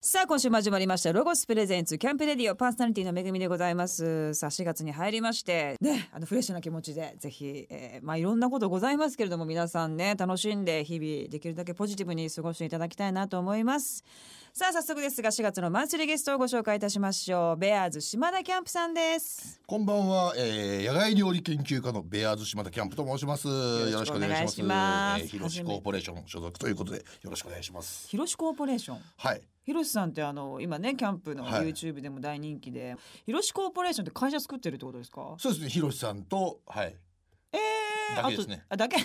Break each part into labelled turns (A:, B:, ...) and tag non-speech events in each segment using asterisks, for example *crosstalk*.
A: さあ今週も始まりましたロゴスプレゼンツキャンプレディオパーソナリティのめぐみでございますさあ4月に入りましてねあのフレッシュな気持ちでぜひ、えーまあいろんなことございますけれども皆さんね楽しんで日々できるだけポジティブに過ごしていただきたいなと思いますさあ早速ですが4月のマンスリーゲストをご紹介いたしましょうベアーズ島田キャンプさんです
B: こんばんは、えー、野外料理研究家のベアーズ島田キャンプと申します。よ
A: ろ
B: ろ
A: し
B: し
A: く
B: く
A: お
B: お
A: 願
B: 願
A: い
B: い
A: し
B: し
A: ま
B: ますす。えー、広志コーポレーション所属ということで、よろしくお願いします。
A: 広志コーポレーション
B: はい、
A: 広志さんってあの今ねキャンプの
B: はい
A: YouTube でも大人気で、広志コーポレーションって会社作ってるってことですか
B: そうですね、広志さんと、はい、
A: えー、
B: だけですね
A: あとあ
B: *laughs*
A: だけ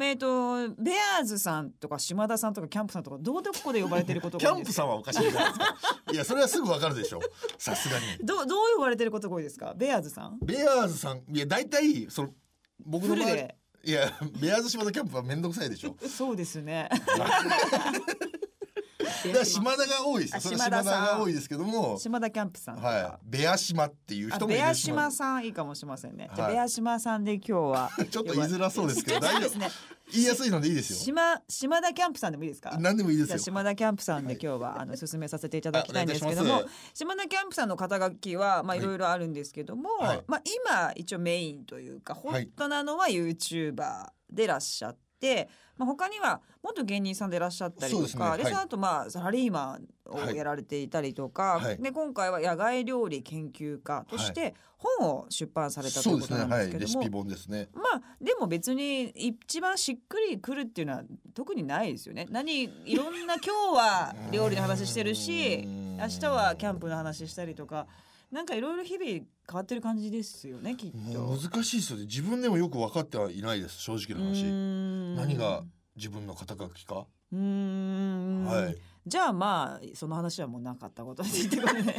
A: えっとベアーズさんとか島田さんとかキャンプさんとかどうどこで呼ばれてること
B: キ
A: が多い
B: ャン
A: で
B: プ
A: す
B: さんはおかしいじゃないですか。 *laughs* いや、それはすぐわかるでしょさすがに。
A: どうどう呼ばれてることが多いですかベアーズさん
B: ベアーズさん、いや、大体、その、僕の
A: フル
B: 周
A: で。
B: り。いや、ベアーズ島田キャンプはめんどくさいでしょ
A: そうですね
B: だ
A: *laughs*
B: から島田が多いです
A: あ
B: よ。それは
A: 島田さ
B: 島
A: ん
B: 田が多いですけども。
A: 島田キャンプさんとか、
B: はい、ベア島っていう
A: あ
B: 人もい
A: ベ
B: る
A: ア
B: し。
A: 島さんいいかもしれませんね、じゃあ
B: はい
A: ベア島さんで今日は
B: ちょっと言いづらそうですけど、大丈
A: で
B: 夫
A: す。ね
B: 言いやすいのでいいですよ。
A: 島島田キャンプさんでもいいですか
B: 何でもいいで
A: じゃあ
B: すよ。
A: 島田キャンプさんで今日はあの進めさせていただきたいんですけど
B: あお願
A: も
B: いいたし
A: 島田キャンプさんの肩書きはまあ
B: はい
A: いろいろあるんですけども、
B: はい
A: まあ今一応メインというか
B: はい
A: 本当なのは YouTuber でいらっしゃって、まあ他には元芸人さんでいらっしゃったりと
B: そうですね
A: か
B: は
A: で、
B: い
A: その後まあサラリーマンを
B: はい
A: やられていたりとか、
B: はい
A: で今回は野外料理研究家として本を出版されたということなんですけ
B: レ
A: ど
B: シ
A: も、
B: ピ本ですね。
A: まあでも別に一番しっくりくるっていうのは特にないですよね。何いろんな今日
B: *laughs*
A: は料理の話してるし
B: うーん
A: 明日はキャンプの話したりとかなんかいろいろ日々変わってる感じですよねきっ
B: も
A: と
B: う。難しいですよね。自分でもよく分かってはいないです。正直な
A: うー
B: 話。
A: ん
B: 何が自分の肩書きか。
A: うーん、
B: はい。
A: じゃあまあその話はもうなかったことにって
B: *laughs*
A: ことで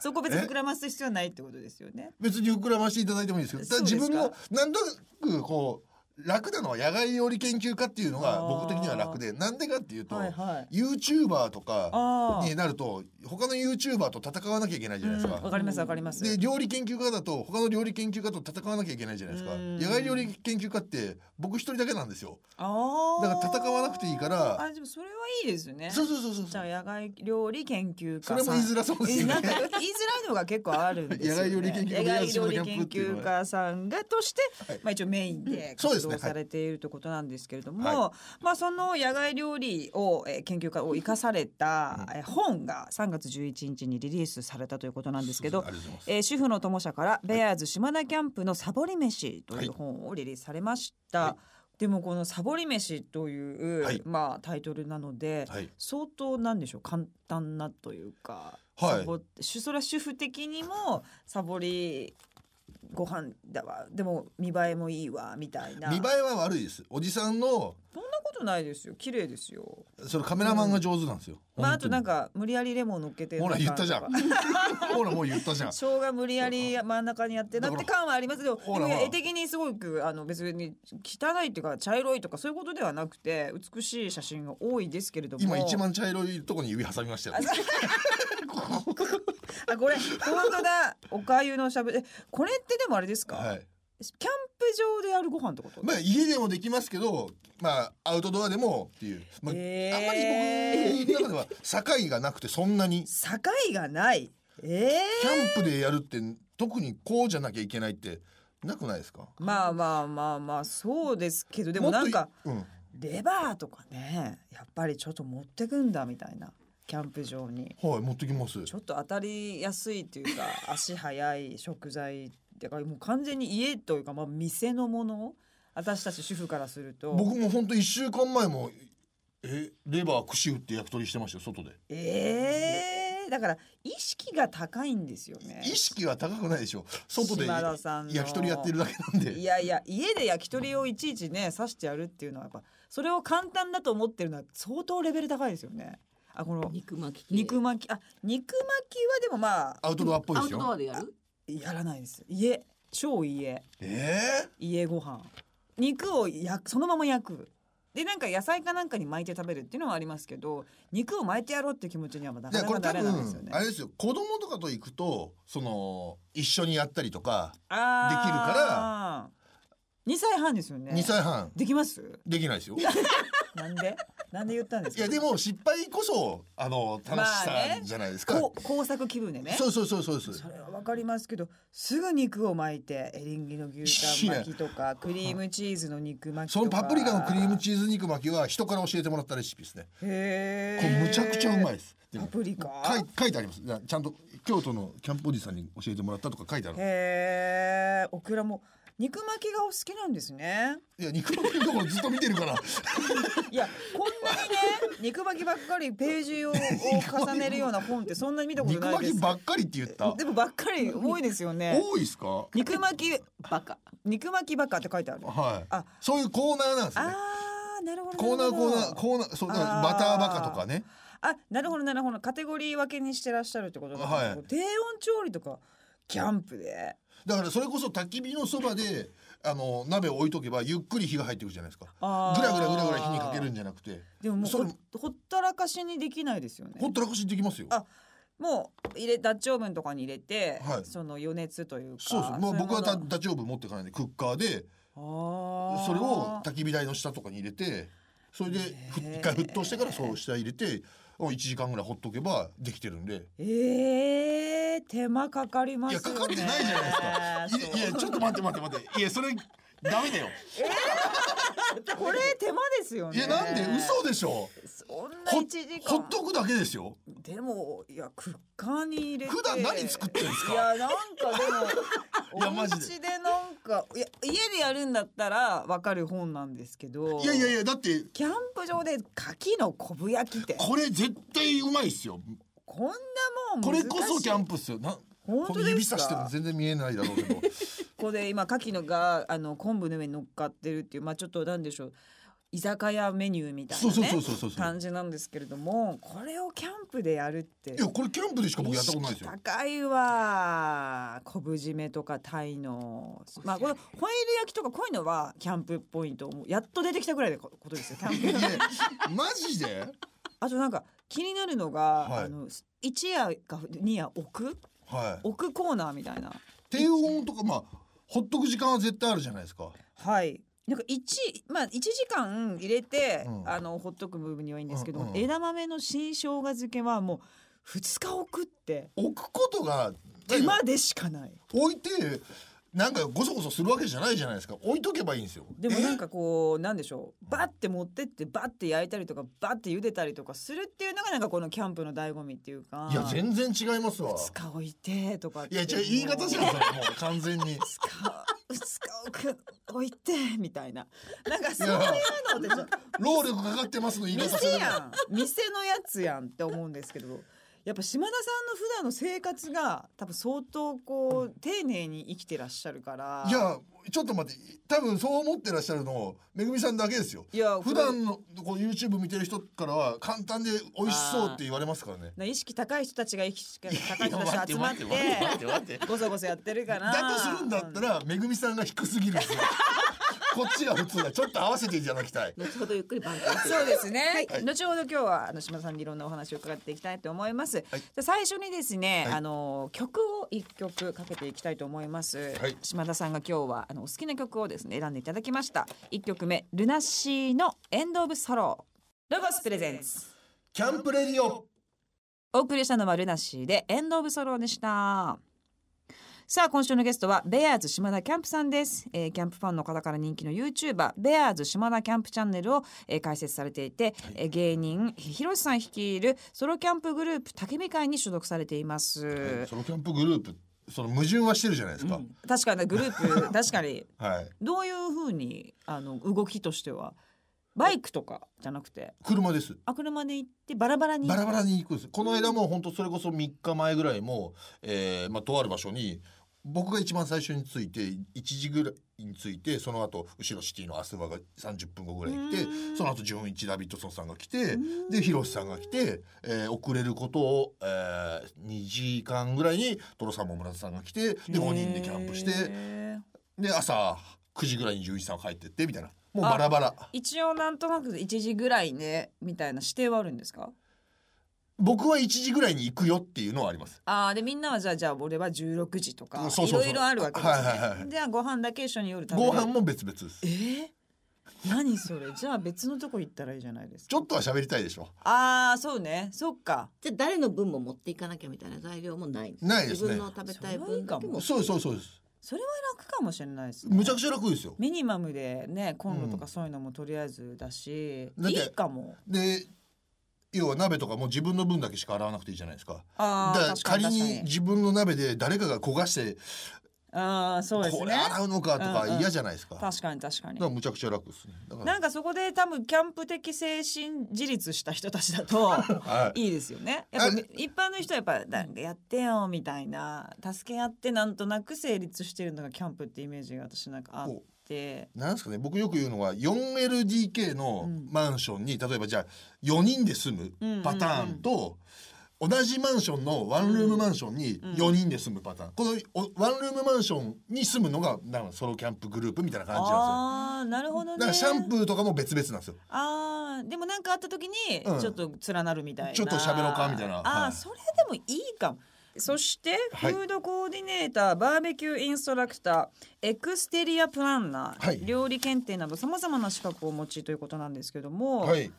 A: そこ別に膨らます必要はないってことですよね。
B: 別に膨らましていただいてもいいですけど、ただ
A: そうです
B: 自
A: か
B: 分のなんとなくこう楽なのは野外料理研究家っていうのが
A: あー
B: 僕的には楽で、なんでかっていうと、
A: はいはい。
B: ユーチューバーとか
A: ああ
B: になると他のユーチューバーと戦わなきゃいけないじゃないです
A: うんわか
B: か。
A: りますわかります。
B: で料理研究家だと他の料理研究家と戦わなきゃいけないじゃないですか。
A: うん
B: 野外料理研究家って僕一人だけなんですよ。
A: ああ
B: だから戦わなくていいから
A: あでもそれはいいですね。
B: そうそうそうそう
A: じ
B: そ
A: ゃあ
B: う。
A: 野外料理研究家さん
B: それも言いづらそうです
A: え
B: よね
A: なんか。言いづらいのが結構あるんですよ、ね。
B: 野外料理研究家
A: 野外料理研究家さんがとして、
B: はい
A: まあ一応メインで
B: そう
A: 活
B: ですねは
A: 動
B: い
A: されているということなんですけれども、
B: は
A: まあその野外料理を、えー研究家を生かされた、えー本が3月11日にリリースされたということなんですけど
B: あ、りがとうございます。
A: えー主婦の友社からベアーズ島田キャンプのサボり飯と
B: はいいう
A: 本をリリースされました。
B: は
A: でもこのサボり飯という、
B: はい
A: まあタイトルなので、
B: はい。
A: 相当なんでしょう簡単なというか、
B: はい
A: サボってしそれは主婦的にもサボりご飯だわでも見栄えもいいわみたいな
B: 見栄えは悪いです。おじさんの
A: そんなことないですよ綺麗ですよ
B: そのカメラマンが上手なんですよ。
A: まああとなん
B: か
A: か無理やりレモン乗っけて
B: ほら言ったじゃん
A: な。
B: *laughs* ほらもう言ったじゃん。
A: 生姜無理やり真ん中にやってなって
B: だか
A: 感はありますでもで
B: ほら
A: も
B: ほら
A: 絵的にすごくあの別に汚いというか茶色いとかそういうことではなくて美しい写真が多いですけれども
B: 今一番茶色いとこに指挟みましたよ。
A: あこれ本当だ *laughs* おかゆのしゃぶえこれってでもあれですか、
B: *laughs* はい。
A: キャンプ場でやるご飯ってこと、
B: まあ家でもできますけど、まあアウトドアでもっていう。まあ、
A: えー
B: あんまり僕の中では境がなくてそんなに
A: 境がないえ
B: キャンプでやるって特にこうじゃなきゃいけないってなくないですか。
A: ー、まあまあまあまあそうですけどでもなんか
B: もっとい。うん。
A: レバーとかねやっぱりちょっと持ってくんだみたいなキャンプ場に
B: はい持ってきます。
A: ちょっと当たりやすいというか *laughs* 足早い食材だからもう完全に家というかまあ店のもの私たち主婦からすると
B: 僕も本当一週間前もえレバー串打って焼き鳥してましたよ外で、
A: ええだから意識が高いんですよね
B: 意識は高くないでしょ外で
A: 島田さんの
B: 焼き鳥やってるだけなん
A: い
B: で
A: やいや家で焼き鳥をいちいちね刺してやるっていうのはやっぱそれを簡単だと思ってるのは相当レベル高いですよねあこの
C: 肉巻き系
A: 肉巻きあ肉巻きはでもまあ
B: アウトドアっぽい
C: ア
B: で
C: ウ
B: す
C: トド
B: よ
C: アでやる
A: やらないです家超家
B: え
A: 家ご飯肉を焼くそのまま焼くでなんか野菜かなんかに巻いて食べるっていうのはありますけど肉を巻いてやろうっていう気持ちにはまだ
B: ー、
A: な
B: で
A: か
B: こ
A: な
B: れ
A: かな
B: 多
A: れないですよ
B: 分
A: ね
B: あれですよ子供とかと行くとその一緒にやったりとか
A: あー
B: できるから
A: 二歳半ですよね。
B: 二歳半
A: できます？
B: できないですよ。
A: なんで？なんで言ったんです
B: い
A: か。
B: やでも失敗こそあの楽しさ
A: まあね
B: じゃないですか。
A: こう工作気分でね。
B: そうそうそうそうそう。
A: それはわかりますけど、すぐ肉を巻いてエリンギの牛タン巻きとかクリームチーズの肉巻きと
B: そ
A: か。
B: のパプリカのクリーム
A: ー
B: チーズ肉巻きは人から教えてもらったレシピですね。
A: ズ。へ
B: こ
A: え
B: れ。むちゃくちゃうまいです。で
A: パ
B: も
A: プリカ。
B: 書い書いてあります。ちゃんと京都のキャンプおじさんに教えてもらったとか書いてある。
A: へえ。オクラも肉巻きがお好きなんです
B: *laughs*
A: ね。
B: いや肉巻きのところずっと見て
A: *laughs*
B: るから。
A: いやこんなに
B: *laughs*
A: ね肉巻きばっかりページをを重ねるような本ってそんなに見たこと
B: 肉
A: ないで
B: 巻
A: す
B: きばっかりって言った
A: で。もばっかり多いですよね
B: 多いですか。
A: 肉巻きバカ肉巻きバカって書いてある
B: はい
A: あ。
B: そういうコーナーなんですね。
A: あーなるほど
B: コーナーコーナー
A: ー
B: コーナーそうだか
A: あ
B: ら
A: ー
B: バターバカとかね。
A: あなるほどなるほどカテゴリー分けにしてらっしゃるってことだ、
B: はい
A: 低温調理とかキャンプで
B: だからそれこそ焚き火のそばであの鍋を置いとけばゆっくり火が入ってくるじゃないですか。
A: あー
B: ぐらぐらぐらぐら火にかけるんじゃなくて、
A: でももう
B: それ
A: ほほったらかしにできないですよ
B: ほ
A: ね
B: ったらかしできますよ。
A: あもう入れダッチオーブンとかに入れて、
B: はい
A: その余熱というか
B: そうそう。まあ僕はダ
A: だ
B: ダチョウブ持ってかないんでクッカーで
A: あ
B: それを
A: ー
B: 焚き火台の下とかに入れて、それでふ
A: へー
B: 一回沸騰してからそう下入れて。1時間ぐらいほっとけばできてるんで
A: ええ手間かかりま
B: い
A: す
B: や
A: よね。
B: かかってないじ
A: *laughs*
B: ゃないですかいやいやちょっと待って待って待っていやそれダ
A: *laughs*
B: メだよ
A: と。これ手間ですよね。
B: いやなんで嘘でしょ
A: そんな
B: ほ
A: 一時間。
B: ほっとくだけですよ
A: でもいやクッカーに入れて。
B: 普段何作ってるんですか
A: いやなんかで
B: *laughs* いや
A: も。お
B: マジで
A: 家でなんかいや家でやるんだったらわかる本なんですけど。
B: いやいやいやだって
A: キャンプ場で牡蠣の昆布焼きってこ
B: これ絶対うまいっすよ
A: んなもん
B: こ
A: 難し
B: れ
A: い
B: こそキャンプっすよな
A: 本
B: こ
A: 当
B: の指
A: です
B: さ
A: か
B: しても全然見えないだろう
A: *laughs*
B: けど
A: ここで今牡蠣のがあの昆布の上に乗っかってるっていうまあちょっとなんでしょう居酒屋メニューみたいな
B: そう
A: ね
B: そうそうそうそうそう
A: 感じなんですけれどもこれをキャンプでやるって
B: いやこれキャンプでしか僕やったことないですよ
A: 高いわ昆布締めとかタイのまあこのホイル焼きとかこういうのはキャンプっぽいと思うやっと出てきたぐらいのことですよキャンプ
B: *laughs* いやマジで
A: あとなんか気になるのが、
B: はい
A: あの一夜か二夜置く
B: はい
A: 置くコーナーみたいな
B: 低温とかまあほっとく時間は絶対あるじゃないですか
A: はい。なんか一まあ一時間入れて、
B: うん
A: あのほっとく部分にはいいんですけど、
B: うんうん
A: 枝豆の新生姜漬けはもう二日置くって
B: 置くことが
A: 手間でしかない。
B: 置いてなんかごそごそするわけじゃないじゃないですか置いとけばいいんですよ
A: でもなんかこうなんでしょうバッて持ってってバッて焼いたりとかバッて茹でたりとかするっていうのがなんかこのキャンプの醍醐味っていうか
B: いや全然違いますわ
A: 2日置いてとかって
B: いや違う言い方じゃんそれもう完全
A: *laughs*
B: に
A: 2日2日置いてみたいななんかそういうのでちょっと
B: 労力かかってますの言い方す
A: 店
B: るの
A: やん店のやつやんって思うんですけどやっぱ島田さんの普段の生活が多分相当こう丁寧に生きてらっしゃるから
B: いやちょっと待って多分そう思ってらっしゃるのめぐみさんだけですよ
A: いや
B: 普段のこう YouTube 見てる人からは簡単で美味しそうって言われますからね
A: な意識高い人たちが意識高い人
B: いや
A: たち集まって
B: て待って
A: ごそごそやってるから
B: だとするんだったらめぐみさんが低すぎるんですよ *laughs* こっちが普通だちょっと合わせていただきたい
C: 後ほどゆっくり番組
A: そうですね、後ほど今日はあの島田さんにいろんなお話を伺っていきたいと思います、
B: はい
A: じゃあ最初にですね、
B: はい
A: あの曲を一曲かけていきたいと思います、
B: はい
A: 島田さんが今日はあのお好きな曲をですね選んでいただきました一曲目ルナシーのエンドオブソローロゴスプレゼンツ
B: キャンプレディオ
A: お送りしたのはルナシーでエンドオブソローでしたさあ今週のゲストはベアーズ島田キャンプさんです、えーキャンプファンの方から人気の YouTuber ベアーズ島田キャンプチャンネルを、えー開設されていて、えー芸人ひろしさん率いるソロキャンプグループ竹見会に所属されています、
B: ソロキャンプグループその矛盾はしてるじゃないですか、
A: 確かにグループ *laughs* 確かに
B: はい
A: どういうふうにあの動きとしてはバイクとかじゃなくて
B: 車です
A: あ車で行ってバラバラに
B: バラバラに行くんですこの間も本当それこそ3日前ぐらいも、えーまあ、とある場所に僕が一番最初に着いて1時ぐらいに着いてその後後ろシティのアスバが30分後ぐらいに来て
A: うん
B: その後純一ダビッドソンさんが来て
A: ん
B: でヒロシさんが来て、えー遅れることを、え2時間ぐらいにトロさんも村田さんが来てで5人でキャンプして
A: へー
B: で朝9時ぐらいに純一さんが帰ってってみたいなもうバラバラ。
A: 一応なんとなく1時ぐらいねみたいな指定はあるんですか
B: 僕は1時ぐらいに行くよっていうのはあります。
A: ああでみんなはじゃあじゃあ俺は16時とか
B: そうそうそう
A: いろいろあるわけですね、
B: はいはいはい
A: じゃあご飯だけ一緒に夜食べ
B: ご
A: る
B: 飯も別々です
A: え。ー、何それじゃあ別のとこ行ったらいいじゃないです
B: ち
A: か
B: ょっとは喋りたいでしょ。
A: ああそうねそっか
C: じゃあ誰の分も持っていかなきゃみたいな材料もない
B: ないですね
C: 自分の食べたい分だけも
B: そうですそうですそうです。
A: それは楽かもしれないです、ね、
B: むちゃくちゃ楽ですよ。
A: ミニマムでねコンロとかそういうのもとりあえずだし、
B: うんだっ
A: い
B: て
A: いかも
B: で要は鍋とかも自分の分だけしか洗わなくていいじゃないですか。
A: あ
B: だから
A: あ
B: 仮に自分の鍋で誰かが焦がして
A: ああそうですね
B: これ洗うのかと
A: うんう
B: か
A: ん
B: 嫌じゃないですか。だか
A: 確かに確からに
B: むちゃくちゃ楽ですね。だから
A: なんかそこで多分キャンプ的精神自立した人たちだ
B: *laughs*
A: と
B: はい
A: いいですよねやっぱ
B: あ
A: 一般の人はやっぱなんかやってよみたいな助け合ってなんとなく成立してるのがキャンプってイメージが私なんかあって
B: なんですかね僕よく言うのは 4LDK の
A: うん
B: マンションに、例えばじゃあ4人で住
A: うんうんう
B: む
A: ん
B: パターンと、同じマンションのワンルームマンションに
A: うん
B: 4人で住むパターン、このおワンルームマンションに住むのがなんかソロキャンプグループみたいな感じなん
A: ああーなるほど
B: ですよ。
A: ね
B: だからシャンプーとかも別々なんですよ。
A: あーでもなんかあった時に
B: うん
A: ちょっと連なるみたいな、
B: ちょっと喋ろうかみたいな
A: あー、
B: はい
A: それでもいいかもそしてフ
B: はい
A: ードコーディネーター、バーベキューインストラクターエクステリアプランナー、
B: はい
A: 料理検定などさまざまな資格をお持ちということなんですけども、
B: はい。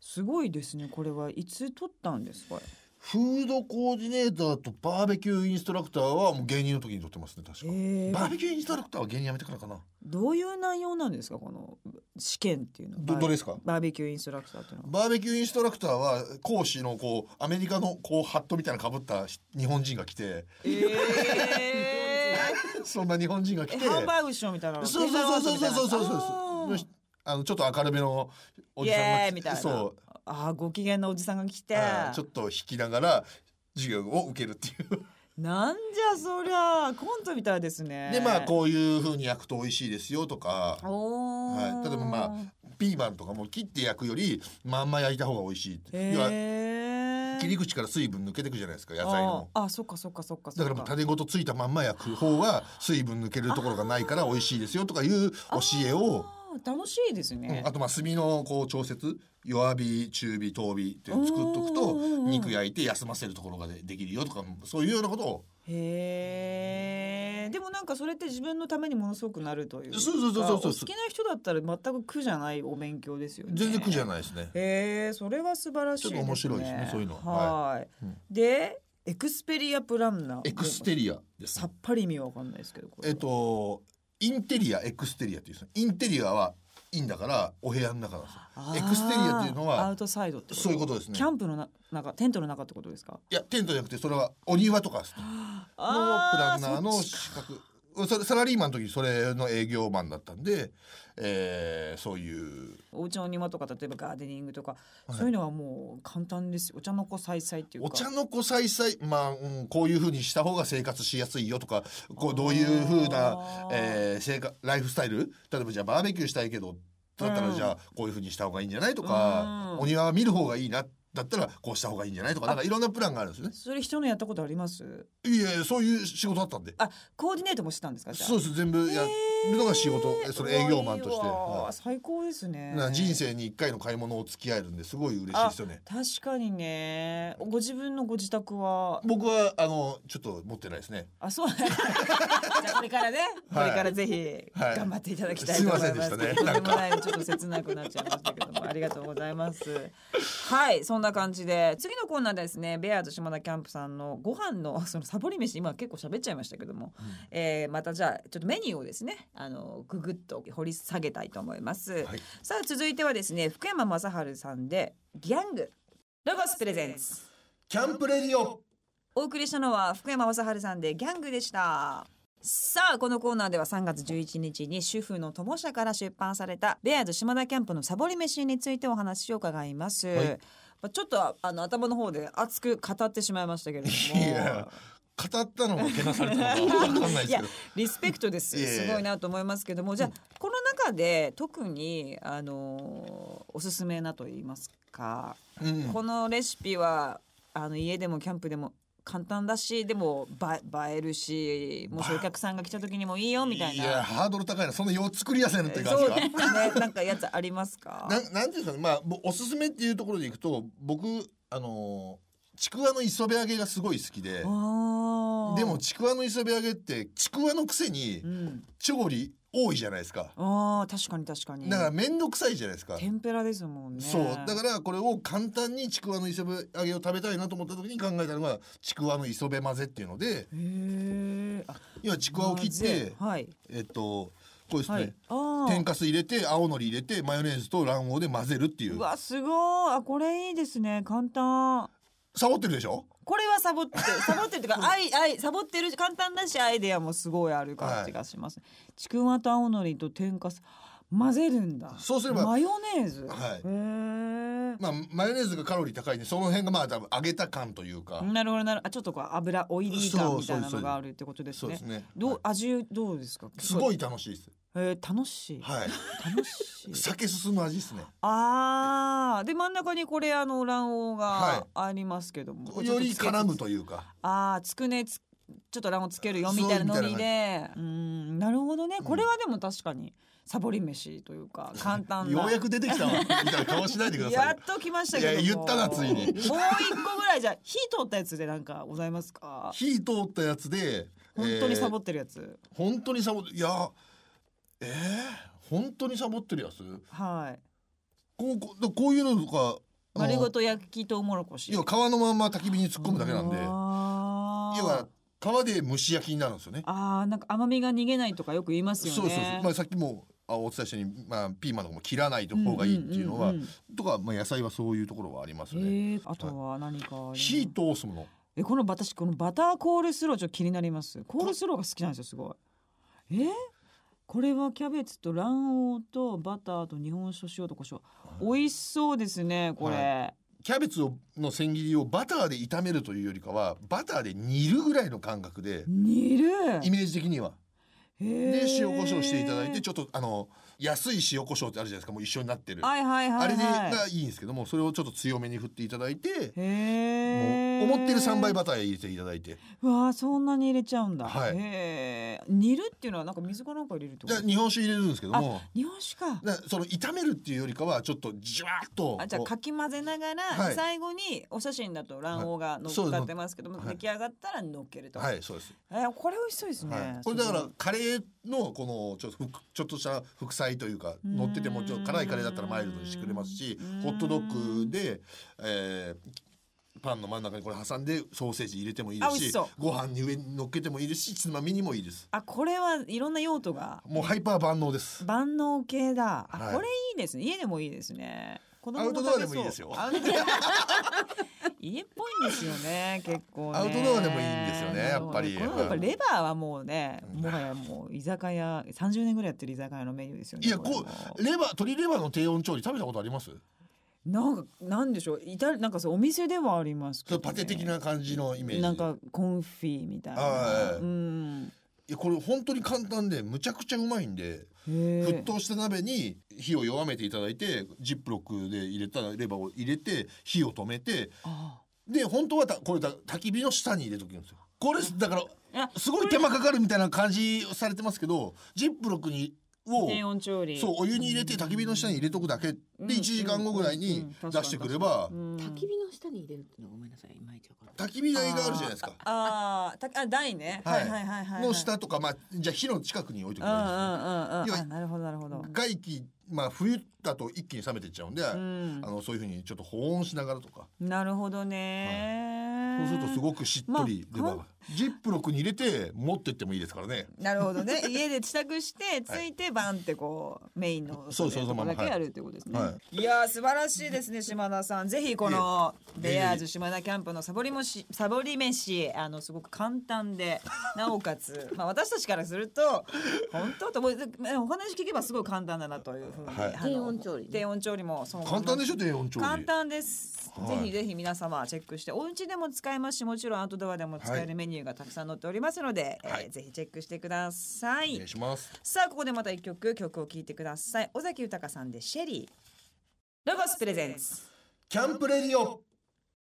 A: すごいですねこれはいつ取ったんですか
B: フードコーディネーターとバーベキューインストラクターはもう芸人の時に撮ってますね確か、
A: え
B: バ
A: ー
B: ーベキューインストラクターは芸人やめてからかな
A: どういう内容なんですかこの試験っていうの
B: ど
A: は
B: どれですか
A: バーベキューインストラクターっていうのは
B: バーベキューインストラクターは講師のこうアメリカのこうハットみたいなかぶった日本人が
A: *laughs*
B: 来て
A: え
B: そんな日本人が来
A: ー、
B: て
A: ハンバーグ師匠みたいなの
B: そうそうそうそうそうそうそう
A: テイクアウトみたいな
B: そうあのちょっと明るめのおじさん
A: イエ
B: が
A: ーイみたいな
B: そう
A: あーご機嫌なおじさんが来て
B: あーちょっと弾きながら授業を受けるっていう
A: なんじゃそりゃコントみたいですね
B: でまあこういう風に焼くと美味しいですよとか
A: おお、
B: はい、例えばまあピーマンとかも切って焼くよりまんま焼いた方が美味しいって、
A: へ
B: 要は
A: え
B: 切り口から水分抜けてくじゃないですか野菜の
A: あーあそっかそっかそっかそ
B: だ
A: っ
B: からもう種ごとついたまんま焼く方が水分抜けるところがないから美味しいですよとかいう教えを
A: あー楽しいです
B: うん
A: ね、
B: あとまあ炭のこう調節弱火中火遠火っていうのを作っとく
A: うんうんうん
B: と
A: うん
B: 肉焼いて休ませるところがでできるよとかそういうようなことを
A: へえでもなんかそれって自分のためにものすごくなるというか
B: そうそうそうそうそう
A: お好きな人だったら全く苦じゃないお勉強ですよね
B: 全然苦じゃ
A: い
B: ないですね。
A: へえそれは素晴らしいですね
B: ちょっと面白いですねそういうのは
A: はーい
B: うん
A: でエクスペリアプランナー
B: エクステリアです
A: さっぱり意味わかんないですけどこれ
B: えっとインテリアエクステリアっていうんですよインテリアはインだからお部屋の中なんですよ。
A: あー
B: エクステリアっていうのは
A: アウトサイドってこと
B: そういうことですね
A: キャンプのな中テントの中ってことですか
B: いやテントじゃなくてそれはお庭とかですねのプランナーの
A: そっち
B: 資格それサラリーマンの時それの営業マンだったんで、えーそういう
A: お家の庭とか例えばガーデニングとか、
B: はい
A: そういうのはもう簡単ですよお茶の子さいさいっていうか
B: お茶の子さいさいまあ、うんこういうふうにした方が生活しやすいよとかこ
A: あー
B: うどういうふうな、えー生活ライフスタイル例えばじゃあバーベキューしたいけどだったら
A: うん
B: じゃあこういうふうにした方がいいんじゃないと
A: う
B: か、
A: ん
B: お庭は見る方がいいなだったらこうした方がいいんじゃないとかなんかいろんなプランがあるんですね。
A: それ人のやったことあります
B: いやいやそういう仕事だったんで
A: あコーディネートもしてたんですかじゃあ
B: そうです全部やるのが仕事、えそれ営業マンとして。
A: うわいいわ
B: はい
A: 最高ですね
B: な人生に一回の買い物を付き合えるんですごい嬉しいですよね。
A: 確かにねご自分のご自宅は
B: 僕はあのちょっと持ってないですね。
A: あそう *laughs* じゃあこれからね、
B: は
A: こ
B: い
A: れからぜひ
B: はい
A: 頑張っていただきたいと思います
B: すいませんでしたね
A: とんでもないちょっと切なくなっちゃいましたけどもありがとうございますはいそんな感じで次のコーナーですねベアーズ島田キャンプさんのご飯のそのサボり飯今結構喋っちゃいましたけども、えーまたじゃあちょっとメニューをですねあのググッと掘り下げたいと思います、
B: はい
A: さあ続いてはですね福山雅治さんでギャングロゴスプレゼンツ
B: キャンプレディオ。
A: お送りしたのは福山雅治さんでギャングでしたさあこのコーナーでは3月11日に主婦の友社から出版されたベアーズ島田キャンプのサボり飯についてお話を伺います、
B: はい
A: まあちょっとあの頭の方で熱く語ってしまいましたけれども
B: いや語ったのがけなされたのかわかんな
A: い
B: いです
A: や
B: けど。
A: リスペクトです
B: いやいや
A: すごいなと思いますけどもじゃあこの中で特にあのおすすめなと言いますか
B: うん
A: このレシピはあの家でもキャンプでも簡単だしでもば映えるしもしお客さんが来た時にもいいよみたい
B: いや
A: な
B: ハードル高いなそんなよう作りやせんって感
A: そ
B: じ
A: う
B: が
A: で。すね *laughs* なんかやつありますか
B: *laughs* なんなんていうんですかねまあぼおすすめっていうところでいくと僕あのーちくわの磯辺揚げがすごい好きで
A: あー
B: でも、ちくわの磯辺揚げってちくわのくせに
A: うん、
B: 調理多いじゃないですか
A: あー確かに確かに
B: だから面倒くさいじゃないですか
A: 天ぷらですもんね
B: そうだからこれを簡単にちくわの磯辺揚げを食べたいなと思った時に考えたのがちくわの磯辺混ぜっていうので
A: へえ
B: 要はちくわを切って
A: はい
B: えっとこうですね、
A: はいあー
B: 天かす入れて青のり入れてマヨネーズと卵黄で混ぜるっていうう
A: わすごいあこれいいですね簡単
B: サボってるでしょ
A: これはサボってるサボってるというかアイアイサボってる簡単だしアイデアもすごいある感じがします、ちくわと青のりと天かす混ぜるんだ
B: そうすれば
A: マヨネーズ、
B: はい
A: へえ
B: まあマヨネーズがカロリー高いんでその辺がまあ多分揚げた感というか、
A: なるほどなるほどあちょっとこう油オイリー感みたいな
B: そうそうそ
A: の
B: う
A: があるってことです
B: そうで
A: ね
B: すね
A: ど
B: は
A: う味どうですか
B: いすご
A: い、
B: い楽しいです
A: えー、楽しい、
B: はい
A: 楽し
B: *laughs*
A: い
B: 酒進む味
A: *laughs*
B: ですね
A: あーで真ん中にこれあの卵黄が
B: は
A: ありますけども、ちょっ
B: よ
A: と
B: り
A: つけ
B: 絡むというか
A: あーつくねつちょっと卵黄つけるよみたいなノリ
B: そうみ
A: でうんなるほどね
B: ん
A: これはでも確かにサボり飯というか簡単な
B: ようやく出てきたわ
A: *laughs*
B: みたいな顔しないでください
A: やっと来ましたけども
B: いや言ったなついに
A: もう一個ぐらいじゃあ火通ったやつでなんかございますか
B: 火通ったやつで
A: 本当にサボ
B: っ、
A: ってるやつ、
B: えー本当にサボいやえー、本当にサボってるやつ
A: はい
B: こうこうこういうのとかあの
A: 丸ごと焼きとうもろこし
B: 要は皮のまんま焚き火に突っ込むだけなんで要
A: あー
B: は皮で蒸し焼きになるんですよね
A: あーなんか甘みが逃げないとかよく言いますよね
B: そうそうそう、まあ、さっきもあお伝えしたように、まあ、ピーマンとかも切らない方がいいっていうのは、
A: んんん
B: とか、まあ、野菜はそういうところはありますよね、
A: えーあとは何かあります
B: 火通すもの
A: えこの私このバターコールスローちょっと気になりますコールスローが好きなんですよすごいえこれはキャベツと卵黄とバターと日本酒と塩と胡椒美味しそうですねこれ、
B: キャベツをの千切りをバターで炒めるというよりかはバターで煮るぐらいの感覚で
A: 煮る
B: イメージ的には。で
A: で
B: 塩コショウしていただいてちょっとあの安い塩コショウってあるじゃないですかもう一緒になってる、
A: はいはいはい、はい、
B: あれでがいいんですけどもそれをちょっと強めに振っていただいて
A: へ
B: も
A: え
B: う思ってる3倍バター入れていただいて
A: うわあそんなに入れちゃうんだ、
B: はい
A: へえ煮るっていうのはなんか水かなんか入れるってこ
B: じゃ
A: と
B: あ日本酒入れるんですけども
A: 日本酒か
B: だからその炒めるっていうよりかはちょっとじわっと
A: あじゃあ
B: こう
A: かき混ぜながら、
B: はい
A: 最後にお写真だと卵黄が乗っかってますけども、
B: そうです
A: 出来上がったら乗っけると、
B: はいそうです、
A: えーこれ美味しそうですね、
B: はい、これだか
A: す
B: ら
A: ごい
B: カレーのこのちょっとふくちょっとした副菜というか
A: うん
B: 乗っててもちょっと辛いカレーだったらマイルドにしてくれますし
A: うん
B: ホットドッグで、えーパンの真ん中にこれ挟んでソーセージ入れてもいいで
A: あ美
B: す
A: 味し
B: し
A: そう
B: ご飯に上に乗っけてもいいですしつまみにもいいです
A: あこれはいろんな用途が
B: もうハイパー万能です
A: 万能系だあ、
B: はい
A: これいいですね家でもいいですね子供
B: アウトドアでもいいですよ
A: アウトドア *laughs* 家っぽいんですよね結構ね
B: アウトドアでもいいんですよねやっぱり
A: なるほどこのやっぱレバーはもうねもはやもう居酒屋30年ぐらいやってる居酒屋のメニューですよね
B: いやこうレバー鶏レバーの低温調理食べたことあります
A: うなんかなんでしょういたなんかそうお店ではありますけ
B: そ
A: ど、
B: れ
A: ね、
B: パテ的な感じのイメージ
A: なんかコンフィみたいな、
B: はいはい
A: うん
B: いやこれ本当に簡単でむちゃくちゃうまいんで
A: へ
B: 沸
A: え
B: 騰した鍋に火を弱めていただいてジップロックで入れたレバーを入れて火を止めて
A: あ
B: で本当はたこれだ焚き火の下に入れとくんですよこれだから
A: あ
B: すごい手間かかるみたいな感じをされてますけどジップロックにを
A: 低温調理
B: そうお湯に入れて焚き火の下に入れとくだけで1時間後ぐらい
A: うんうん
B: に
A: うん
B: 出してくれば
C: 焚き火の下に入れるってのはごめんなさい、いまいちわかんない。
B: 焚き火台があるじゃないですか
A: あーたあ台ね、は、
B: はいい
A: はいはいはいはい
B: の下とかまあじゃあ火の近くに置いと
A: う
B: く
A: んうんうんうん
B: ば
A: あ
B: 要は
A: なるほどなるほど
B: いいです外気まあ冬だと一気に冷めてっちゃうんであ
A: うん
B: のそういうふうにちょっと保温しながらとか
A: なるほどね、
B: そうするとすごくしっとり
A: まあ
B: レバー
A: か
B: が。ジップロックに入れて持ってってもいいですからね。
A: なるほ
B: *laughs*
A: どね家で支度してついてバンってこうメインの
B: そうそうそう
A: とこだけ
B: はい
A: やるってことですね、、
B: はい
A: やー素晴らしいですね島田さんぜひこの
B: いえいえ
A: ベアーズ島田キャンプのサボりもしサボり飯あのすごく簡単
B: *laughs*
A: でなおかつまあ私たちからすると本当と思うお話聞けばすごい簡単だなというふうに、
B: はい
A: あの
C: 低温調理ね
A: 低温調理もそう思います
B: 簡単でしょ低温調理。
A: 簡単です、
B: は
A: ぜ
B: い
A: ひぜひ皆様チェックしてお家でも使えますしもちろんアウトドアでも使え
B: は
A: る
B: い
A: メニューがたくさん載っておりますので、
B: はい
A: えーぜひチェックしてください、
B: お願いします。
A: さあここでまた一曲曲を聴いてください尾崎豊さんでシェリーロゴスプレゼンツ
B: キャンプレディオ。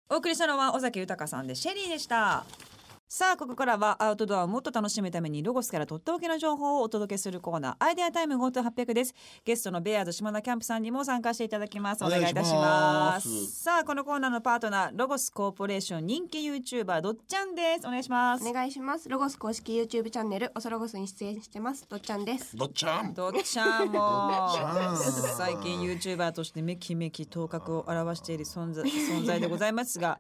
A: お送りしたのは尾崎豊さんでシェリーでしたさあここからはアウトドアをもっと楽しむためにロゴスからとっておきの情報をお届けするコーナーアイデアタイム GoTo800 ですゲストのベアーズ島田キャンプさんにも参加していただきますお願いいたします
B: お願いします
A: さあこのコーナーのパートナーロゴスコーポレーション人気 YouTuber どっちゃんですお願いします
D: お願いしますロゴス公式 YouTube チャンネルおそロゴスに出演してますどっちゃんです
B: どっちゃん
A: どっちゃんも
B: どっちゃん
A: 最近 YouTuber としてめきめき頭角を現している存在存在でございます
B: *laughs*
A: が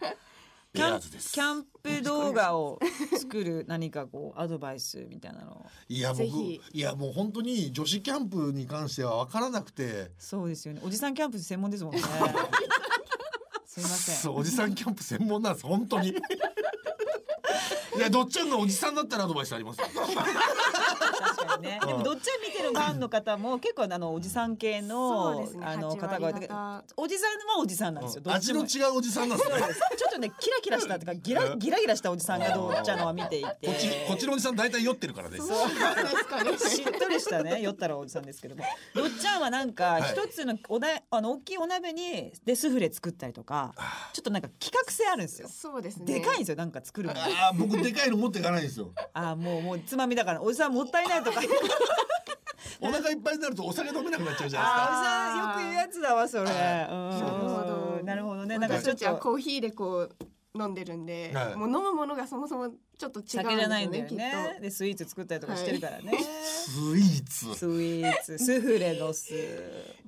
A: キ
B: ベア
A: ャ
B: ー
A: ン
B: ズです
A: キャンプ動画を作る何かこうアドバイスみたいなの
B: いや僕
C: ぜひ
B: いやもう本当に女子キャンプに関しては分からなくて
A: そうですよねおじさんキャンプ専門です
B: *laughs*
A: もんねすいません
B: そうおじさんキャンプ専門なんです本
A: *laughs*
B: 当にいやどっちゃんがおじさんだったらアドバイスありますよ
A: 確かにねでもどっちを見てるファンの方も結構あのおじさん系
D: そう
A: の
D: ですね
A: あの方
D: 8
A: が
D: 割方
A: おじさんはおじさんなんですよどっち
B: 味の
A: も
B: 違うおじさんなんですね
A: ちょっとねキラキラしたとかギラギラギラしたおじさんがどうちゃのは見ていて
B: こっちこっちのおじさん大体酔ってるからね
C: *laughs* 確かに。
A: *laughs* しっとりしたね酔ったらおじさんですけどもどっちゃんはなんか
B: はい
A: 一つのおだ、あの大きいお鍋にでスフレ作ったりとかちょっとなんか企画性あるんですよ
D: そうですね
A: でかいんですよなんか作るものあ
B: あー僕でかいの持っていかないんですよ
A: あーもうもうつまみだからおじさんもったいないとか
B: お腹いっぱいになるとお酒飲めなくなっちゃうじゃないですか
A: あーおじさんよく言うやつだわそれうん
D: なるほど
A: なるほどねなんか
D: 私
A: ちょ
D: た
A: っ
D: ちは
A: と
D: コーヒーでこう飲んでるんで、
B: はい
D: もう飲むものがそもそもちょっと違うんですよね
A: 酒じゃないんだよ
D: きっ
A: ねでスイーツ作ったりとかしてるからね、
B: スイーツ
A: スイーツスフレのス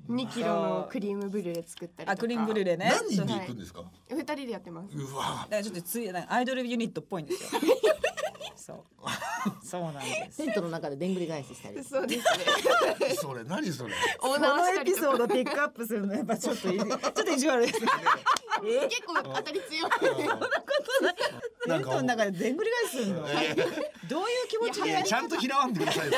D: と2キロのクリームブリュレ作ったりとか
A: あクリームブリュレね
B: 何人で行くんですか、
D: 2人でやってます
B: うわ
A: だからちょっとついなんかアイドルユニットっぽいんですよ。
B: *laughs*
A: そう。そうなんです。
C: テントの中ででんぐり返ししたり。
D: そうですね
B: それ何
D: *laughs*
B: それ
D: オー
A: こ
D: ナー
A: の
D: した
A: エ
D: り
A: ピ
D: と
A: ソー
D: か
A: ドピックアップするのやっぱちょっといいちょっと意地悪ですね。
D: 結構当たり強い
A: テ
B: な
A: ン
B: ん
A: ト
B: か
A: の中ででんぐり返しするの。どういう気持ちで
B: い
A: や
B: や
A: り
B: ちゃんとひらわんでくださいよ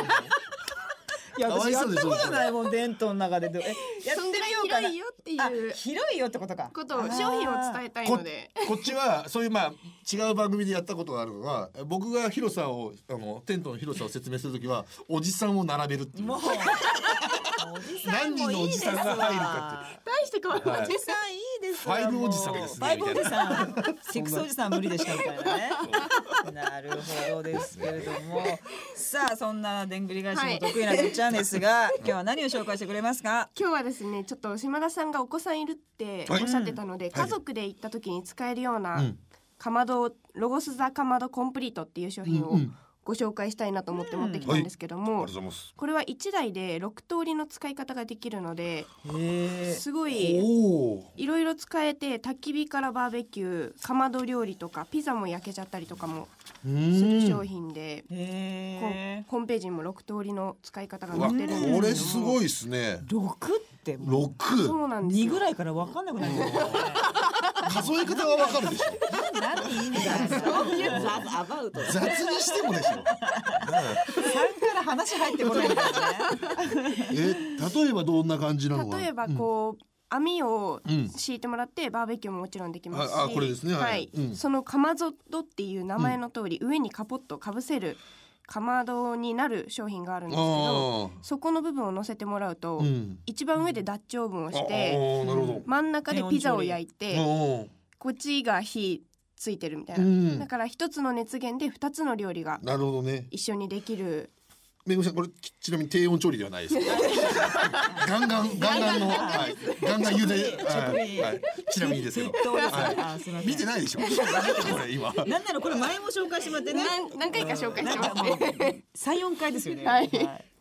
A: いや
B: かわ
A: 私
B: い
A: やっ
B: そうで
A: た
B: しょ
A: ことないもんテントの中でどうえやって
D: そんぐらい
A: みようかな
D: 広い。よってい
A: あ
D: う
A: 広いよってことか。
D: ことを商品を伝えたいので
B: こっちはそういうまあ違う番組でやったことがあるのは僕が広さをあのテントの広さを説明するときはおじさんを並べるっていう
A: もう。おじさん
B: *laughs* 何人
A: もい
B: の
A: い
B: お
A: で
B: じ
A: す
B: さんが入るか
A: わ。
D: 大して変わらない
B: は
A: おじさんいいですわ
B: ファイブ
A: もう
B: おじさんですね
A: ファイブおじさんセックスおじさん無理でしたみたいなねなるほどですけれどもさあそんなでんぐり返しも得意などっちゃんですが、今日は何を紹介してくれますか
D: 今日はですねちょっと島田さんがお子さんいるってお
B: はい
D: っしゃってたので、家族で行った時に使えるような
B: うん
D: かまどをロゴス・ザ・かまどコンプリートっていう商品
B: う
D: を
B: んうん
D: ご紹介したいなと思って持ってきたんですけども、
B: ありがとうございます
D: これは1台で6通りの使い方ができるので
A: へ
D: すご
B: お
D: い
B: お
D: いろいろ使えて焚き火からバーベキューかまど料理とかピザも焼けちゃったりとかも
B: す
D: する商品で、こ
A: え
D: ホームページにも6通りの使い方が
B: うわ
D: 載ってるんですけども
B: これすごいですね
A: 六ってもう
B: 六
D: そうなんです
A: 二
D: よ
A: ぐらいから分かんなくなる *laughs* んですよね
B: 数え方はわかるでしょ
A: 何いいんだよ三
C: *laughs* そういうザアバウト。
B: 雑にしてもでし
D: *laughs*
B: ょ
A: から話入ってこないんだよね
B: え例えばどんな感じなのが
D: 例えばこう、網を
B: うん
D: 敷いてもらってバーベキューももちろんできますし、
B: ああこれですねはいうん
D: そのかまどっていう名前の通り、上にカポッとかぶせるかまどになる商品があるんですけど
B: あ
D: そこの部分を乗せてもらうと、
B: あうん
D: 一番上でダッチオーブンをし
B: あ
D: て
B: あなるほど
D: 真ん中でピザを焼いて
B: お
D: こっちが火ついてるみたい
B: ーう
D: な、
B: ん
D: だから一つの熱源で二つの料理が
B: なるほどね
D: 一緒にできる
B: めぐみさんこれきちなみに低温調理ではないですよガンガンガンガンのはいガンガン茹ではいはいちなみにですけど
A: どうですか、
B: はい
A: あすいません
B: 見てないでしょこれ今
A: なんならこれ前も紹介してもらってね
D: 何何回か紹介します
A: なんかもう三四回ですよね。
D: はい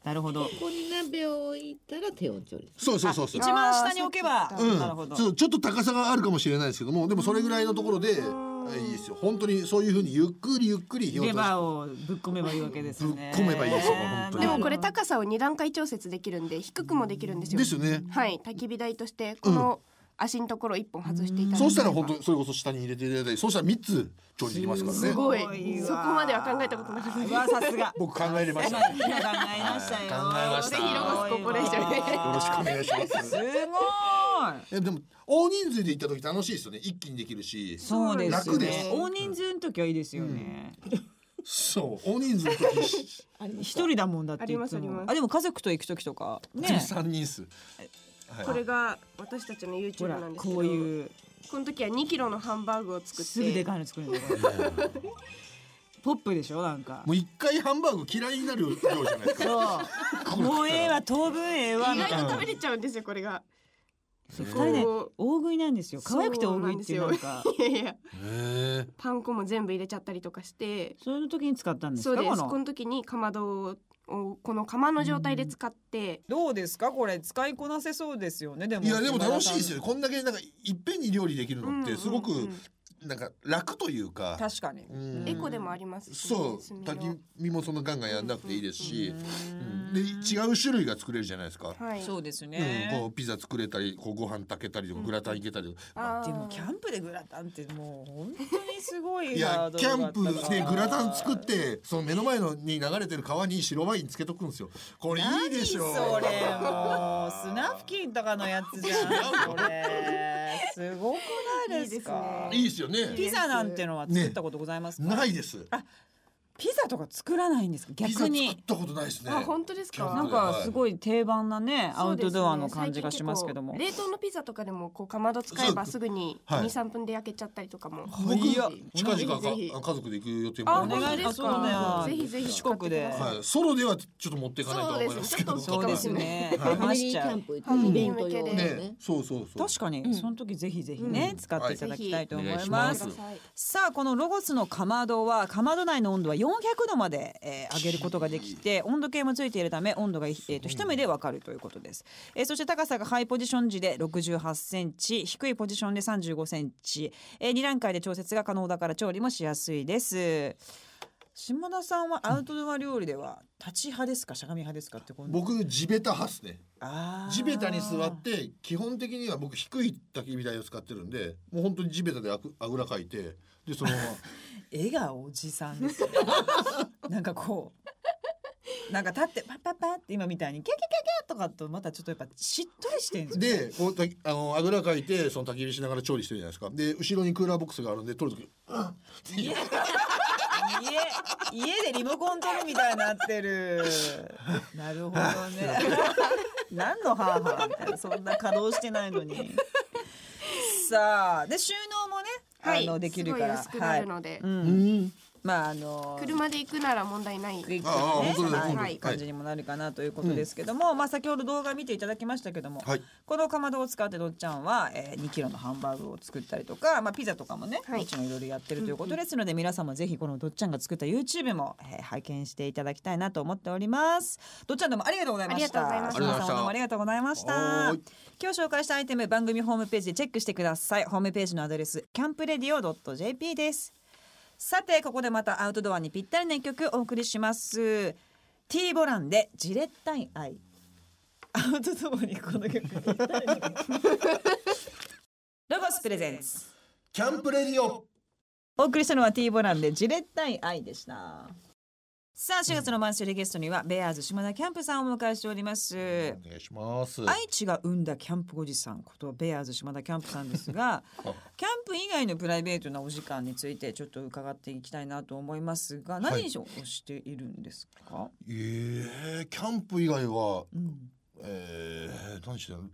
A: なるほど。
C: ここに鍋を置いたら低温調理。
B: そうそうそうそう
A: 一番下に置けば。
B: うん
A: なるほど。
B: そうちょっと高さがあるかもしれないですけどもでもそれぐらいのところであいいですよ本当にそういうふうにゆっくりゆっくり火を
A: レ
B: 通す
A: バーをぶっ込めばいいわけですね。
B: ぶっ込めばいいですよ本当に
D: でもこれ高さを二段階調節できるんで低くもできるんですよ。
B: ですよね
D: はい、焚き火台としてこの足のところ一本外していただければ
B: そうしたら本当にそれこそ下に入れていただいてそうしたら3つ調理できますから
D: す
B: ね
D: ごいそこまでは考えたことなかった
A: うわさ
B: *laughs*
A: すが。
B: 僕考えれました
A: 今
B: よ
A: 考えましたよ。
B: はい考えましたぜひロゴ
D: スコーポレーションでよ
B: ろしくお願いします
A: すごい。
B: えでも大人数で行った時楽しいですよね一気にできるし
A: そうですよ
B: 楽で
A: ね
B: す。
A: 大人数の時はいいですよね。
B: そう大人数の時し
A: 一人だもんだっていつも。
D: ありますあります
A: あでも家族と行く時とかね。
B: 13人っす、はい、
D: これが私たちの YouTube
A: ほら
D: なんですけど
A: こ
D: こ
A: ういう
D: の時は2キロのハンバーグを作
A: すぐ
D: っ
B: *laughs*
A: で
D: て
A: かいの作るんだよ。ポップでしょなんか
B: もう一回ハンバーグ嫌いになる量じゃないです
D: *laughs*
B: か。
A: そうもうええわ当分ええわ
D: 意
A: みたい
D: 外と
A: な
D: 食べれちゃうんですよこれが。
A: そう
B: へ
A: 二
B: え
A: 人ね大食いなんですよ可愛くて大食いっていう
D: そう
A: な
D: なん
A: ん
D: です
A: か
D: いやいや
B: へえ。
D: パン粉も全部入れちゃったりとかして。
A: そういう時に使ったんです
D: そう
A: か
D: です。
A: こ
D: こ
A: の
D: の時にかまどをこの釜の状態で使って。
A: どうですかこれ使いこなせそうですよねでも
B: いやでも楽しいです
A: よ
B: よ。こんだけなんかいっぺんに料理できるのっ
D: う
B: て
D: ん
B: すごく
D: うんうん
B: なんか楽というか。
A: 確かに、
B: うん
D: エコでもありますしね
B: そう
D: 炭の
B: 焚き火もそんなガンガンやんなくていいですし、
A: うん
B: で違う種類が作れるじゃないですか、
D: はい。
A: そうです
B: うん、こ
A: ね、
B: うピザ作れたりこうご飯炊けたりとかグラタンいけたりとか、
D: あー
A: でもキャンプでグラタンってもう本当にすごい
B: いや
A: ハード
B: キ
A: ルが
B: ャ
A: あ
B: ン
A: ったから
B: プでグラタン作ってその目の前のに流れてる川に白ワインつけとくんですよこれいいでしょ
A: 何それもうスナフキンとかのやつじ
B: *laughs*
A: ゃんこれすごくないですか
B: いいですよね
A: ピザなんてのは作ったことございますか、
B: ないです
A: ピザとか作らないんですか
B: ピザ
A: 逆
B: 作
A: に
B: ったことないですね
D: あ本当ですか
B: キャンプ
A: なんかすごい定番なね、ア
D: そう
A: ウ
D: ですね
A: トドアの感じがしますけども
D: 最近結構冷凍のピザとかでもこうかまど使えばすぐに
B: はい
D: 二三分で焼けちゃったりとかも。
B: 僕
A: いや
B: 近々
C: ぜひぜひ
B: か家族で行く予定も
D: あ
B: あり
D: 本
B: ま
D: 当
B: す
D: で
A: あ
D: す
A: そうだ
D: か。
A: よ
D: ぜひぜひ
A: 四国で
D: 買ってください
B: はい、ソロではちょっと持っていかないと
D: そう
B: 思い
D: で
B: ます
D: す
B: け
D: ね。ち
B: ど
D: ょっと
C: そうで
D: 大きいですす
C: ね
D: ね。
A: ね出
B: はい
C: ファ
A: ま
C: ミ
A: し
C: リーキ
A: ちゃ
C: ャン
A: う
C: プ行くイベント用の
D: うん
C: ね
B: ね。そうそうそう
A: 確かに、
C: ん
A: その時ぜひぜひね、
B: うん
A: 使っていただきたいと思
B: はいい
A: ます
B: お願いします
A: さあこのロゴスのかまどはかまど内の温度は400度まで、えー上げることができて温度計もついているため温度が、えー、と一目でわかるということです、えーそして高さがハイポジション時で68センチ低いポジションで35センチ、え2段階で調節が可能だから調理もしやすいです下田さんはアウトドア料理では立ち派ですかしゃがみ派ですかってこんな
B: 僕地べた派っすね
A: あー
B: 地べたに座って基本的には僕低い焚き火台を使ってるんでもう本当に地べたであくあぐらかいてでそのまま
A: 絵がおじさん
D: *laughs*
A: ですねなんかこうなんか立ってパッパッパッって今みたいにキャキャキャキャとかとまたちょっとやっぱしっとりしてるんですよ
B: でこうたあのあぐらかいてその焚き火しながら調理してるじゃないですかで後ろにクーラーボックスがあるんで取る時
A: 家家家でリモコン取るみたいになってるなるほどね *laughs* 何のハーハーみたいなそんな稼働してないのにさあで収納もね、
D: はい。
A: あのできるから
D: すごい薄くなるので
A: はいう、、
B: うんん
A: まああの
D: 車で行くなら問題ない。
A: クイック
B: ああ本当
A: ね、
B: だ本
D: 当だ
A: は、
D: はいい
A: 感じにもなるかなということですけども、まあ先ほど動画見ていただきましたけども、
B: はい
A: このかまどを使ってどっちゃんは、えー、2キロのハンバーグを作ったりとか、まあ、ピザとかもね、
D: はい
A: もちろんいろいろやってるということですので、皆さんもぜひこのどっちゃんが作った YouTube も、えー、拝見していただきたいなと思っておりますどっちゃんどうもありがとうございました
D: ありがと
B: うございました
A: 島さんどうもありがとうございました
B: はーい
A: 今日紹介したアイテム番組ホームページでチェックしてくださいホームページのアドレスキャンプレディオ .jp ですさてここでまたアウトドアにぴったりな一曲お送りします T ボランでジレッタイ愛アウトドアにこの曲ぴったりな曲ロゴスプレゼンツ
B: キャンプレディオ
A: お送りしたのは T ボランでジレッタイ愛でしたさあ4月のマンスリーゲストにはベアーズ島田キャンプさんをお迎えしております
B: お願いします
A: 愛知が生んだキャンプおじさんことベアーズ島田キャンプさんです
B: *laughs*
A: がキャンプ以外のプライベートなお時間についてちょっと伺っていきたいなと思いますが何をしているんですか、
B: えー、キャンプ以外は
A: うん
B: えー、何してるの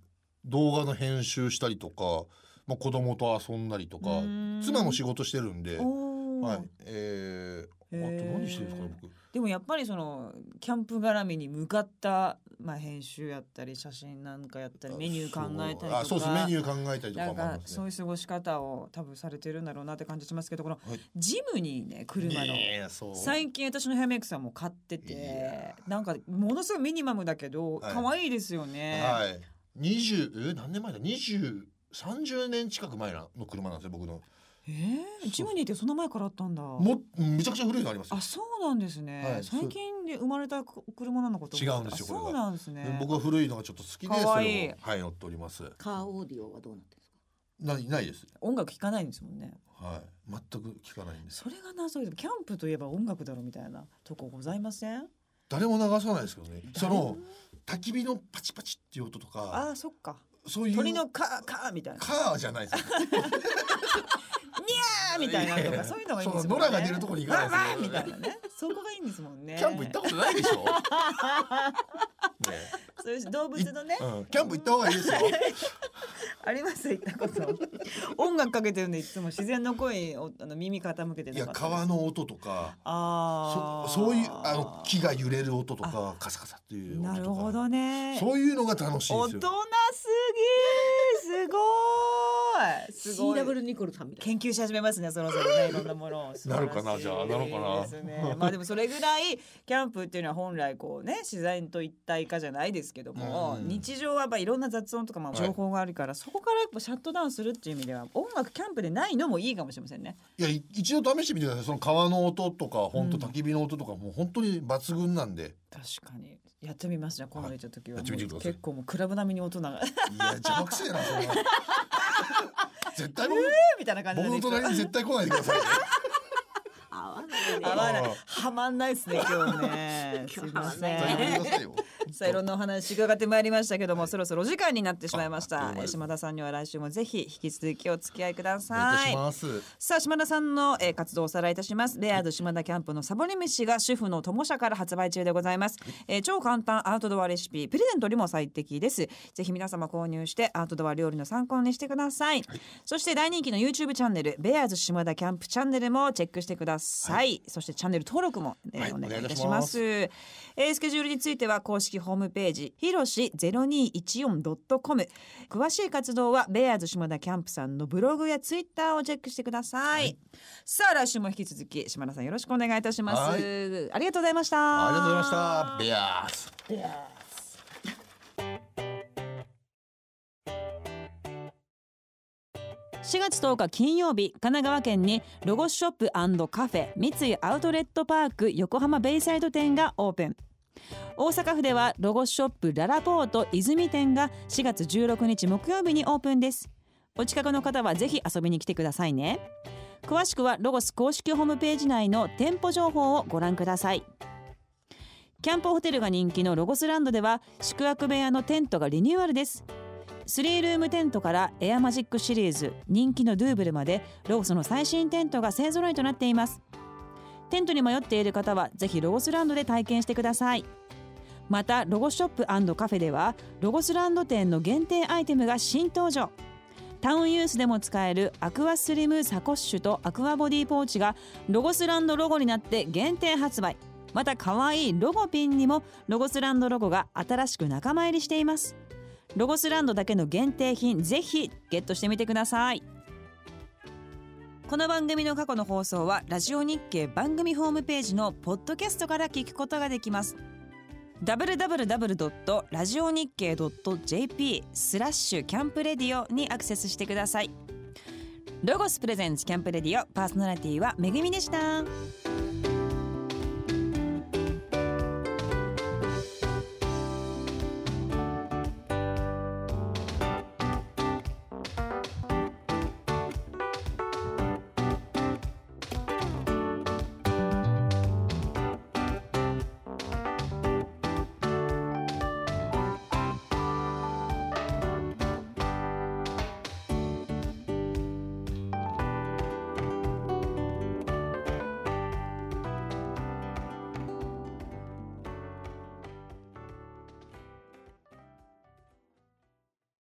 B: 動画の編集したりとか、まあ、子供と遊んだりと
A: う
B: か
A: ーん
B: 妻も仕事してるんで、
A: おー
B: はいえ
A: へ
B: ー、あ
A: ー
B: と何してるんですかね僕
A: でもやっぱりそのキャンプ絡みに向かった、まあ、編集やったり写真なんかやったりメニュー考えたりとか
B: あそうですメニュー考えたりとか
A: なん
B: もあ
A: か
B: ります
A: そう
B: ね
A: いう過ごし方を多分されてるんだろうなって感じしますけどこの
B: はい
A: ジムにね車の。
B: ねえそう
A: 最近私のヘアメイクさんも買って
B: い
A: て
B: や
A: なんかものすごいミニマムだけど
B: はい
A: 可愛いですよね、
B: はい二十え何年前だ二十三十年近く前の車なんですよ僕の
A: えー、ジムニーってそんな前からあったんだ
B: もめちゃくちゃ古いのありますよ
A: あそうなんですね、
B: はい
A: 最近で生まれた車なのかと思った
B: 違うんですよ
A: あ
B: こ
A: そう
B: れが
A: なんですね
B: 僕は古いのがちょっと好きで
A: かわいい
B: それをはい乗っております
C: カーオーディオはどうなってるんですか。
B: ないないです
A: 音楽聴かないんですもんね
B: はい全く聞かないんです
A: それが謎でキャンプといえば音楽だろみたいなとこございません
B: 誰も流さないですけどねその焚き火のパチパチっていう音と
A: あ
B: か
A: ーそっか
B: そういう
A: 鳥のカーカーみたいな
B: カーじゃないですよ
A: カーみたいなのとかそういうのがいいんです
B: そ
A: もん
B: の
A: ね
B: 野良が出るとこに行かないです
A: *laughs*
B: よ
A: わーわーみたいなねそこがいいんですもんね
B: キャンプ行ったことないでしょね
A: そういう動物のね
B: うん、キャンプ行った方がい
A: *laughs*
B: いですよ。
A: あります言ったこと音楽かけてるんでいつも自然の声をあの耳傾けて
B: い
A: な
B: や
A: かった
B: 川の音とか、
A: あ
B: そ
A: あ
B: そういうあの木が揺れる音とかカサカサっていう音とか。
A: なるほどね
B: そういうのが楽しい
A: 大
B: です
A: 人
B: よ。
A: すぎーすごーいすごい
C: CW ニコルさんみたいな
A: 研究し始めますねそろそろねいろんなものを素晴らしい
B: *laughs* なるかなじゃあなるかな
A: ですねまあでもそれぐらいキャンプっていうのは本来こうね自然と一体化じゃないですけども、
B: うん
A: 日常はやっぱいろんな雑音とかまあ
B: はい
A: 情報があるから、そこからやっぱシャットダウンするっていう意味では音楽キャンプでないのもいいかもしれませんね。
B: いやい一度試してみてください。その川の音とか本当
A: うん
B: 焚き火の音とか、もう本当に抜群なん
A: *laughs*
B: で。
A: 確かにやってみますじゃあ今度行った時は、
B: はいやってみてください
A: 結構もうクラブ並みに音が
B: いや邪魔くせえなそんな。絶対僕
A: *laughs* みたいな感じでで
B: 僕の
A: きた
B: 隣に絶対来ないでくださいね。
C: 合わないね
A: 合わない
B: あー
A: はまんないですね今日
B: *laughs*
A: ねすいませ
B: 絶対来
A: ん
B: てくださいよ。
A: さあいろんなお話伺ってまいりましたけども、そろそろお時間になってしまいまし
B: ああ
A: た
B: っという間です
A: 島田さんには来週もぜひ引き続きお付き合いくだ
B: お願いいた
A: さ
B: し
A: い
B: ます。
A: さあ島田さんの、えー活動をおさらいいたしますレアード島田キャンプのサボり飯が主婦の友社から発売中でございます、えー超簡単アウトドアレシピプレゼントにも最適ですぜひ皆様購入してアウトドア料理の参考にしてください、そして大人気の YouTube チャンネルベアーズ島田キャンプチャンネルもチェックしてください、そしてチャンネル登録も、えー
B: はい
A: お願いいた
B: お願いいた
A: し
B: し
A: ま
B: ますす
A: えースケジュールについては公式ホームページひろし 0214.com 詳しい活動はベアーズ島田キャンプさんのブログやツイッターをチェックしてください、さあ来週も引き続き島田さんよろしくお願いいたします、
B: はい
A: ありがとうございました
B: ありがとうございました。ベアーズ。
A: 4月10日金曜日神奈川県にロゴスショップカフェ三井アウトレットパーク横浜ベイサイド店がオープン大阪府ではロゴスショップララポート泉店が4月16日木曜日にオープンですお近くの方はぜひ遊びに来てくださいね詳しくはロゴス公式ホームページ内の店舗情報をご覧くださいキャンプホテルが人気のロゴスランドでは宿泊部屋のテントがリニューアルです3ルームテントからエアマジックシリーズ人気のドゥーブルまでロゴスの最新テントが勢ぞろいとなっていますテントに迷っている方はぜひロゴスランドで体験してくださいまたロゴスショップカフェではロゴスランド店の限定アイテムが新登場タウンユースでも使えるアクアスリムサコッシュとアクアボディポーチがロゴスランドロゴになって限定発売また可愛いロゴピンにもロゴスランドロゴが新しく仲間入りしていますロゴスランドだけの限定品ぜひゲットしてみてくださいこの番組の過去の放送はラジオ日経番組ホームページのポッドキャストから聞くことができます www.radionickei.jp スラッシュキャンプレディオにアクセスしてくださいロゴスプレゼンツキャンプレディオパーソナリティはめぐみでした